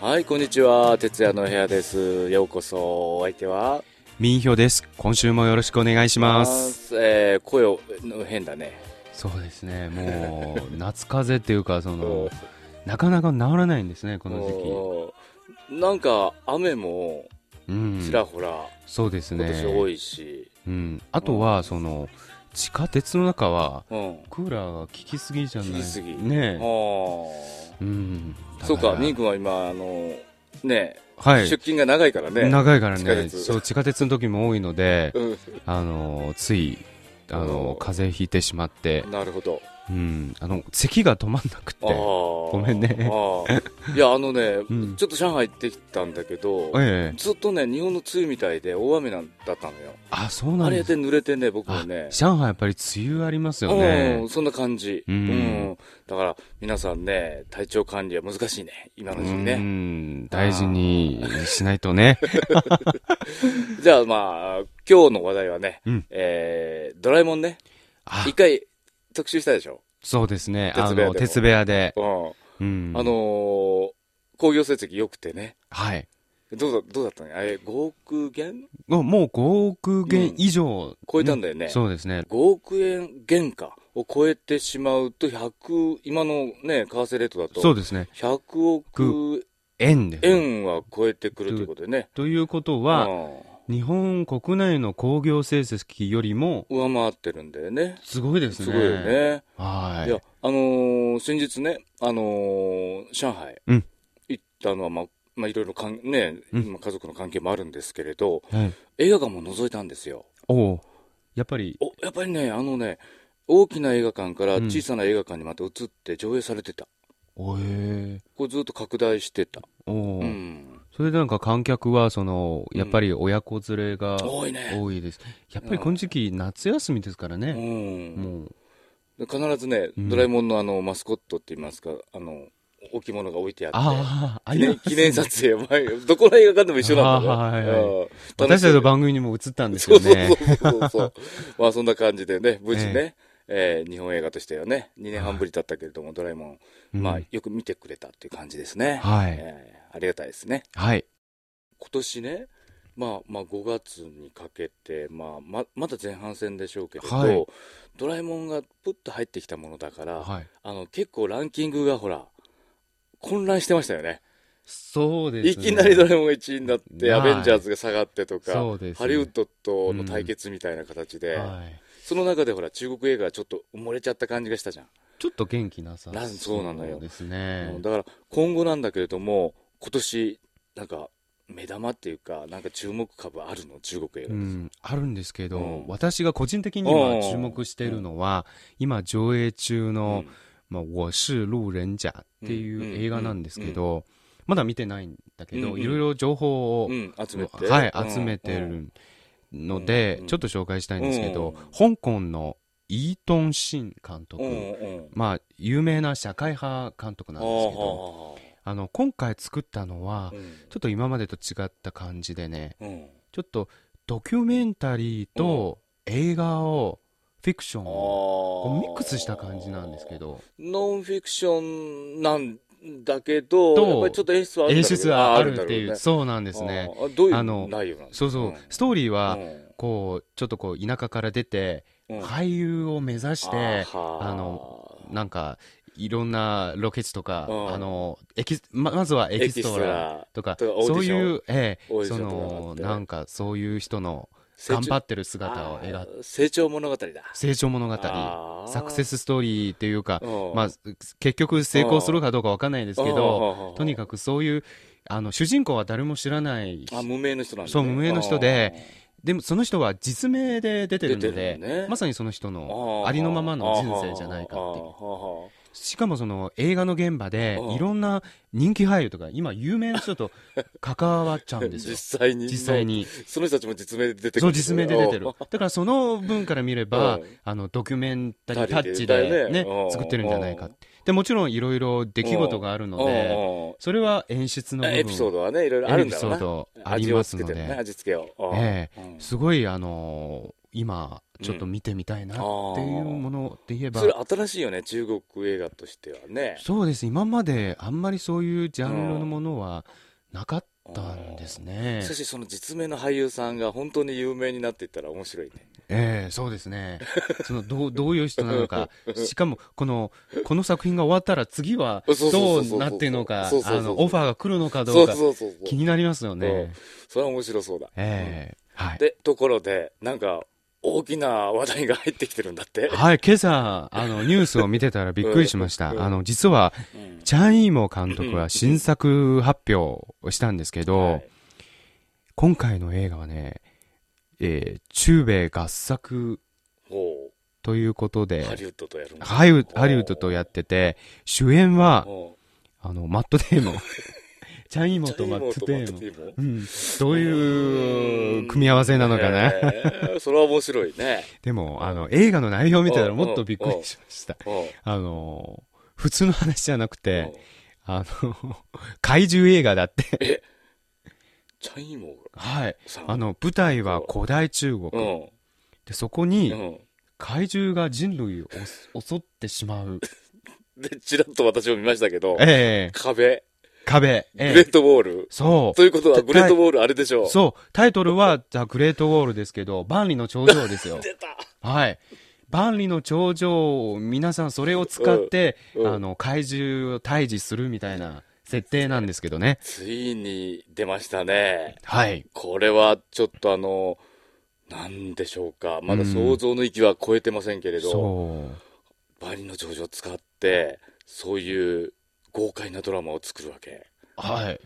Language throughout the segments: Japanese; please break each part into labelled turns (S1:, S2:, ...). S1: はい、こんにちは。哲也の部屋です。ようこそ。お相手は
S2: 民票です。今週もよろしくお願いします。
S1: あーえー、声を、の変だね。
S2: そうですね。もう夏風邪っていう かそのなかなか治らないんですねこの時
S1: 期。なんか、雨も、
S2: 期。うん
S1: ち。らほら、
S2: そうです
S1: 今年
S2: ね。
S1: 多いし。
S2: うん。あとはその地下鉄の中は
S1: うん。
S2: クーラーが効きすぎじゃない。
S1: 効きすぎあ
S2: ねえ。
S1: ー
S2: うん。
S1: そうか、ミン
S2: に
S1: 君は今、あの、ね、
S2: はい
S1: 出。勤が長いからね。
S2: 長いから
S1: 地下
S2: ね。
S1: 鉄
S2: そう地下鉄の時も多いの で、
S1: う
S2: あのついあ
S1: お
S2: の
S1: ー
S2: 風邪ひいてしまって
S1: ん、、なるほど。
S2: うん。あの咳が止まんなくて
S1: あ。ー
S2: ごめんね
S1: あーいや、あのね、
S2: ん
S1: ちょっと上海行ってきたんだけど、
S2: ええ。
S1: ずっとね、日本の梅雨みたいで大雨なんだったのよ。
S2: あ、そうな
S1: あ
S2: ん
S1: れ
S2: です
S1: で濡れてね、僕はね
S2: あ。上海やっぱり梅雨ありますよね
S1: うん、。そんな感じ。
S2: うん
S1: だから、皆さんね、体調管理は難しいね。今の時期
S2: う
S1: ね。
S2: ん、大事にしないとね。
S1: じゃあまあ、今日の話題はね、
S2: うん
S1: えー、ドラえもんね。
S2: あ
S1: 一、回特集したでしょ。
S2: そうですね。あ
S1: 鉄部屋でも
S2: の、鉄部屋で。
S1: うん。
S2: うん。
S1: あの、ー、工業成績良くてね。
S2: はい。
S1: どうだ、どうだったのあれ、5億元
S2: もうもう5億元以上。
S1: 超えたん
S2: だ
S1: だよね。
S2: そうですね。
S1: 5億円原価を超えてしまうと、100、今のね、為替レートだ
S2: そ
S1: と、
S2: うですね。
S1: 100億
S2: 円ですね。
S1: 円は超えてくるということでね。
S2: ということは、
S1: うん
S2: 日本国内の工業成績よりも、
S1: 上回ってるんだよね。
S2: すごいです
S1: す
S2: ね。
S1: ごいよね。
S2: はいい
S1: や。、あのー先日ね、あのー上海
S2: うん
S1: 行ったのは、まあ、まあ、いろいろかん、ね、
S2: うん
S1: まあ家族の関係もあるんですけれど、
S2: はい。
S1: 映画館も覗いたんですよ。
S2: おうやっぱり、
S1: お、やっぱりね、あのね、大きな映画館から
S2: うん
S1: 小さな映画館にまた移って上映されてた。
S2: おえ
S1: これずっと拡大してた。
S2: お
S1: う。
S2: うんそれでなんか観客は、その、やっぱり親子連れが
S1: 多いね。
S2: 多いです。やっぱりこの時期、夏休みですから
S1: う
S2: ね。
S1: ん。
S2: も
S1: で
S2: う、
S1: 必ずね、
S2: うん
S1: ドラえもんのあの、マスコットって言いますか、あの、置物が置いてあって。
S2: ああ、あ
S1: 記
S2: りま
S1: 念
S2: す
S1: 記念撮影、前、どこの映画館でも一緒なんだよ。
S2: あーはいはい
S1: うん
S2: 私たちの番組にも映ったんです
S1: そう
S2: よ
S1: そう
S2: ね。
S1: そうそうそう。まあそんな感じで ね、無事ね、えー日本映画としてはね、2年半ぶりだったけれども、ドラえもん、
S2: うん
S1: まあよく見てくれたっていう感じですね。
S2: はい。
S1: えーありがたいですね。
S2: はい。
S1: 今年ね、まあ、まあ5月にかけて、まあ、ままだ前半戦でしょうけれど、
S2: はい
S1: ドラえもんがプッと入ってきたものだから、
S2: はい。
S1: あの結構ランキングがほら、混乱してましたよね。
S2: そうです
S1: い
S2: ね。
S1: きなりドラえもんが1位になって、
S2: はい
S1: アベンジャーズが下がってとか、
S2: そうですね
S1: ハリウッドとの対決みたいな形で、
S2: はい。
S1: その中でほら、中国映画がちょっと埋もれちゃった感じがしたじゃん。
S2: ちょっと元気なさ
S1: なそうなのよ
S2: ですね
S1: うん。だから、今後なんだけれども、今年、なんか、目玉っていうか、なんか注目株あるの、中国映
S2: う
S1: 画。
S2: ん、あるんですけど、
S1: うん
S2: 私が個人的に今注目しているのは、今上映中
S1: う
S2: の
S1: ん、
S2: まあ、我是路人甲っていう映画なんですけど、まだ見てないんだけ
S1: う
S2: ど、
S1: ん
S2: いろいろ情報を
S1: うん集めて。
S2: は
S1: うん
S2: い、集めて。
S1: うん
S2: るので、
S1: うん
S2: ちょっと紹介したいんですけど、香港のイートン・シン監督、
S1: うんうん。
S2: まあ、有名な社会派監督なんですけど、
S1: あ
S2: あの、今回作ったのは
S1: あ、、
S2: ちょっと今までと違った感じでね、
S1: うんうん。
S2: ちょっとドキュメンタリーと映画を、フィクションを、こうミックスした感じなんですけど、
S1: ノンフィクションなんだけど、
S2: と
S1: やっぱりちょっと演出はあるんだ
S2: 演
S1: ろう
S2: 出はあるっていう、そうなんですね。。
S1: あーどうい
S2: あ
S1: う
S2: の
S1: 内容なの
S2: そうそう、
S1: ん
S2: ストーリーは、
S1: う
S2: こう、ちょっとこう、田舎から出て、
S1: んうん
S2: 俳優を目指して、あの、なんか、いろんなロケ地とか、
S1: うん
S2: あの、エキスま、まずはエ
S1: エ
S2: キ
S1: キス
S2: スト
S1: ト
S2: ラ
S1: ラ、
S2: とか、
S1: とかオーデ
S2: そ
S1: ィ
S2: う
S1: ション
S2: いう、ええ
S1: オーディショ
S2: そ
S1: ンとかがあって
S2: の、なんか、そういう人の、頑張ってる姿を描く、
S1: あー成長物語だ。
S2: 成長物語、
S1: あー
S2: サクセスストーリーっていうか、
S1: うん
S2: まあ、結局成功するかどうかわかんないですけど、
S1: ど
S2: とにかくそういう、あの、主人公は誰も知らない、
S1: あ、無名の人なんだ、ね。
S2: そう無名の人ででもその人は実名で出てるの
S1: 出てる
S2: で、
S1: のね
S2: まさにその人
S1: あ
S2: の
S1: ー、
S2: ありのままの人生じゃないかっていう。
S1: て
S2: しかもその映画の現場で
S1: うん
S2: いろんな人気俳優とか今有名な人と関わっちゃうんですよ
S1: 実際に。
S2: 実際。に
S1: その人たちも実名で出てくる。
S2: そう実名で出てる
S1: うん
S2: だからその分から見れば
S1: うん
S2: あのドキュメンタリータッチ
S1: タッチで
S2: で
S1: ね
S2: ね
S1: うん
S2: 作ってるんじゃないか
S1: うん
S2: でもちろんいろいろ出来事があるの
S1: う
S2: で
S1: んうん
S2: それは演出の部分
S1: エピソードはね、いろいろある
S2: エ
S1: ん
S2: ピ
S1: だ
S2: ソ
S1: ろうな。
S2: ードあります
S1: 味をつ
S2: の
S1: けてるね、
S2: で
S1: 味付けを。うん
S2: え
S1: うん
S2: すごいあの今ちょっと見てみたいなっていうもので言えば、
S1: それ新しいよね中国映画としてはね
S2: そうです今まであんまりそういうジャンルのものはなかったんですね
S1: し、かしその実名の俳優さんが本当に有名になっていったら面白いね
S2: ええそうですねそ のどうどういう人なのかしかもこのこの作品が終わったら次は
S1: そうそう
S2: ど
S1: そうそう
S2: うなってるのかあ
S1: そうそうそうそう
S2: のオファーが来るのかど
S1: そうう
S2: か
S1: そうそうそ
S2: 気
S1: う
S2: になりますよね、
S1: うんそれは面白そうだ、
S2: ええはい
S1: でところでなんか大きな話題が入ってきてるんだって、
S2: はい、今朝、あの、ニュースを見てたらびっくりしま
S1: う
S2: し
S1: ん
S2: た。あの、実は、
S1: うん
S2: チャン・イーモー監督は新作発表をしたんですけど、
S1: はい
S2: 今回の映画はね、えー中米合作
S1: ほ
S2: ということ
S1: う
S2: で、
S1: ハリウッドとやるんだ
S2: ハリウッドハリウッドとやってて、主演は、
S1: ほう
S2: あの、マット・デ ーモン。チャン・イーモーとマット・
S1: ジャニ
S2: デ
S1: ー
S2: ー
S1: モ
S2: モ
S1: ンとマッ
S2: ン。
S1: トデーモン
S2: うん、どういう組み合わせなのかな、
S1: えーそれは面白い ね。
S2: でも、あの、映画の内容を見てたらもっとびっくりしました。
S1: うん
S2: あのー普通の話じゃなくて、あの、 怪獣映画だって。
S1: チャイモ
S2: はい。
S1: さん。
S2: あの、舞台は古代中国。
S1: うん、
S2: で、そこ
S1: う
S2: に
S1: ん。
S2: 怪獣が人類を襲襲ってしまう。
S1: で、ちらっと私も見ましたけど、
S2: ええ
S1: 壁、
S2: 壁。
S1: グレ
S2: ええ
S1: ッドウォール。
S2: そ
S1: ということは、
S2: た
S1: グレッドウォールあれでしょ
S2: う。そう。タイトルは、ザ・グレート・ウォールですけど、万里の頂上で すよ。
S1: 出た
S2: はい。万里の頂上を、皆さんそれを使って、
S1: うんうん
S2: あの、怪獣を退治するみたいな設定なんですけどね。
S1: ついに出ましたね。
S2: はい。
S1: これはちょっとあの、なんでしょうか。まだ想像の域は超えてませんけれど、
S2: そう。
S1: バリの上場を使って、そういう豪快なドラマを作るわけ。
S2: はい。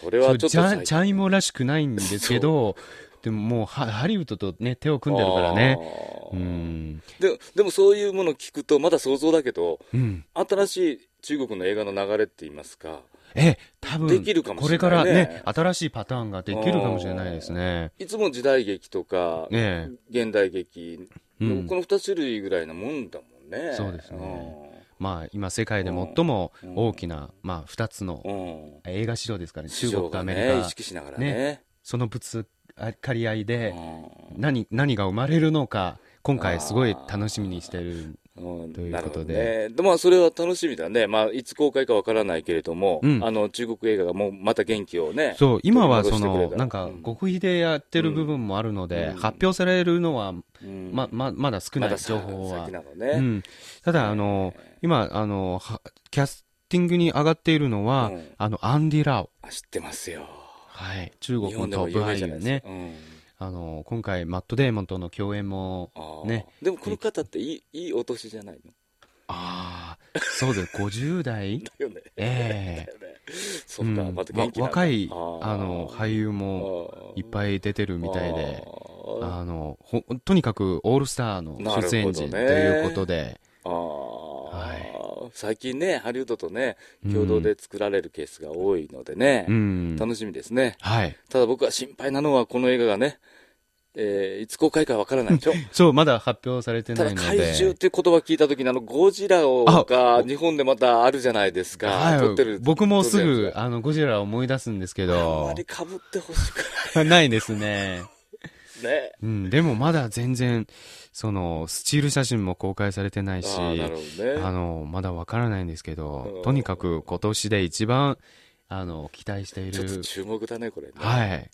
S1: それはちょっと
S2: ジャ
S1: 最
S2: チャイモらしくないんですけど、でももうハハリウッドとね、手を組んでるからね。
S1: あ
S2: う
S1: ー
S2: ん。
S1: ででもそういうものを聞くとまだ想像だけど
S2: うん。
S1: 新しい中国の映画の流れって言いますか
S2: え、多分、
S1: できるかも
S2: こ
S1: しれ
S2: れか
S1: な
S2: ら
S1: いね
S2: ね、新しいパターンができるかもしれないですね。
S1: いつも時代劇とか、
S2: ね
S1: 現代劇、
S2: え。うん
S1: こ。の2種類ぐらいなもんだもんね
S2: そうですねまあ、今世界で最も大きな、まあ、二つの
S1: うん、うん
S2: 映画市場ですから、
S1: 市
S2: 中
S1: 場
S2: 国と
S1: が
S2: アメ
S1: ね
S2: リ
S1: 意
S2: カ、
S1: 識しながらね
S2: ねそのぶつかり合いで、
S1: う
S2: 何、何が生まれるのか、今回すごい楽しみにしてる。
S1: んうん
S2: ということで
S1: なるほどね、でまあそれは楽しみだね、まあ、いつ公開かわからないけれども、
S2: うん
S1: あの中国映画がもうまた元気をね
S2: そう、今は
S1: 取
S2: そ
S1: り戻してくれ
S2: の、
S1: た
S2: なんか
S1: うん、
S2: 極秘でやってる部分もあるので、
S1: うん
S2: 発表されるのは
S1: うん
S2: ま、ま、まだ少
S1: ま
S2: な
S1: だ
S2: い
S1: さ
S2: 情報は
S1: 先。なのね、
S2: うん。ただ、あの、今、あの、はキャスティングに上がっているのは
S1: うん、
S2: あの、アンディ・ラオ。
S1: あ知ってますよ
S2: はい。中
S1: 日
S2: 国
S1: 本
S2: の
S1: で
S2: ト
S1: も
S2: ッ
S1: 有
S2: プ
S1: 名じ
S2: 俳
S1: ゃない
S2: 優
S1: です
S2: ね。
S1: か、うん
S2: あの、今回、マット・デーモンとの共演も、
S1: あー
S2: ね
S1: でもこの方っていいいいお年じゃないの
S2: ああ、そうです。50代
S1: だよね
S2: ええ
S1: だよね
S2: う
S1: そっ
S2: ん
S1: か、ま
S2: わ
S1: た元気なんだ
S2: 若い、あ
S1: ー
S2: の、俳優も
S1: あー
S2: いっぱい出てるみたいで。
S1: あー
S2: あの、ほ、とにかくオールスターの出演陣ということで、
S1: あー最近ねハリウッドとね共同で作られるケースが多いのでね、
S2: うん。
S1: 楽しみですね
S2: はい。
S1: ただ僕は心配なのはこの映画がね、えーいつ公開かわからないでしょ
S2: そう、まだ発表されて
S1: た
S2: な
S1: だ
S2: いので。
S1: 怪獣って言葉聞いた時にあのゴジラをが
S2: あ
S1: 日本でまたあるじゃないですか、撮って
S2: はい
S1: る。
S2: 僕もすぐ、
S1: あ
S2: あの、ゴジラを思い出すんですけ
S1: ん
S2: ど
S1: まり、かぶってほしく
S2: ないですね。
S1: ないね
S2: うん、でもまだ全然、その、スチール写真も公開されてないし、
S1: ああなる
S2: あ
S1: ほどね
S2: の、まだわからないんですけ
S1: う
S2: ど
S1: ん、
S2: とにかく今年で一番、あの、期待してい
S1: ちょっと
S2: る。
S1: 注目だねこれね
S2: はい。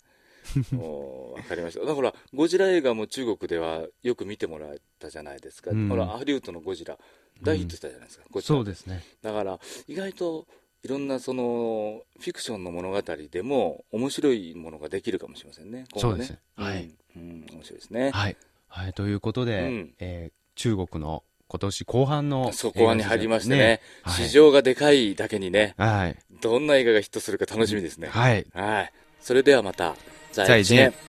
S1: もうわかりましただからほらゴジラ映画も中国ではよく見てもらったじゃないですか、
S2: うん
S1: ほらハリウッドのゴジラ大ヒットしたじゃないですか、ゴジラ
S2: そうですね。
S1: だから意外といろんなそのフィクションの物語でも面白いものができるかもしれませんね今後
S2: そうですねはい
S1: うん、うん面白いですね
S2: はい。はい、ということで、
S1: うん
S2: えー中国の今年後半の。
S1: そこはに入りましてね
S2: はい
S1: 市場がでかいだけにね、
S2: はい。
S1: どんな映画がヒットするか楽しみですね。
S2: はい。
S1: はい。それではまた、
S2: 再见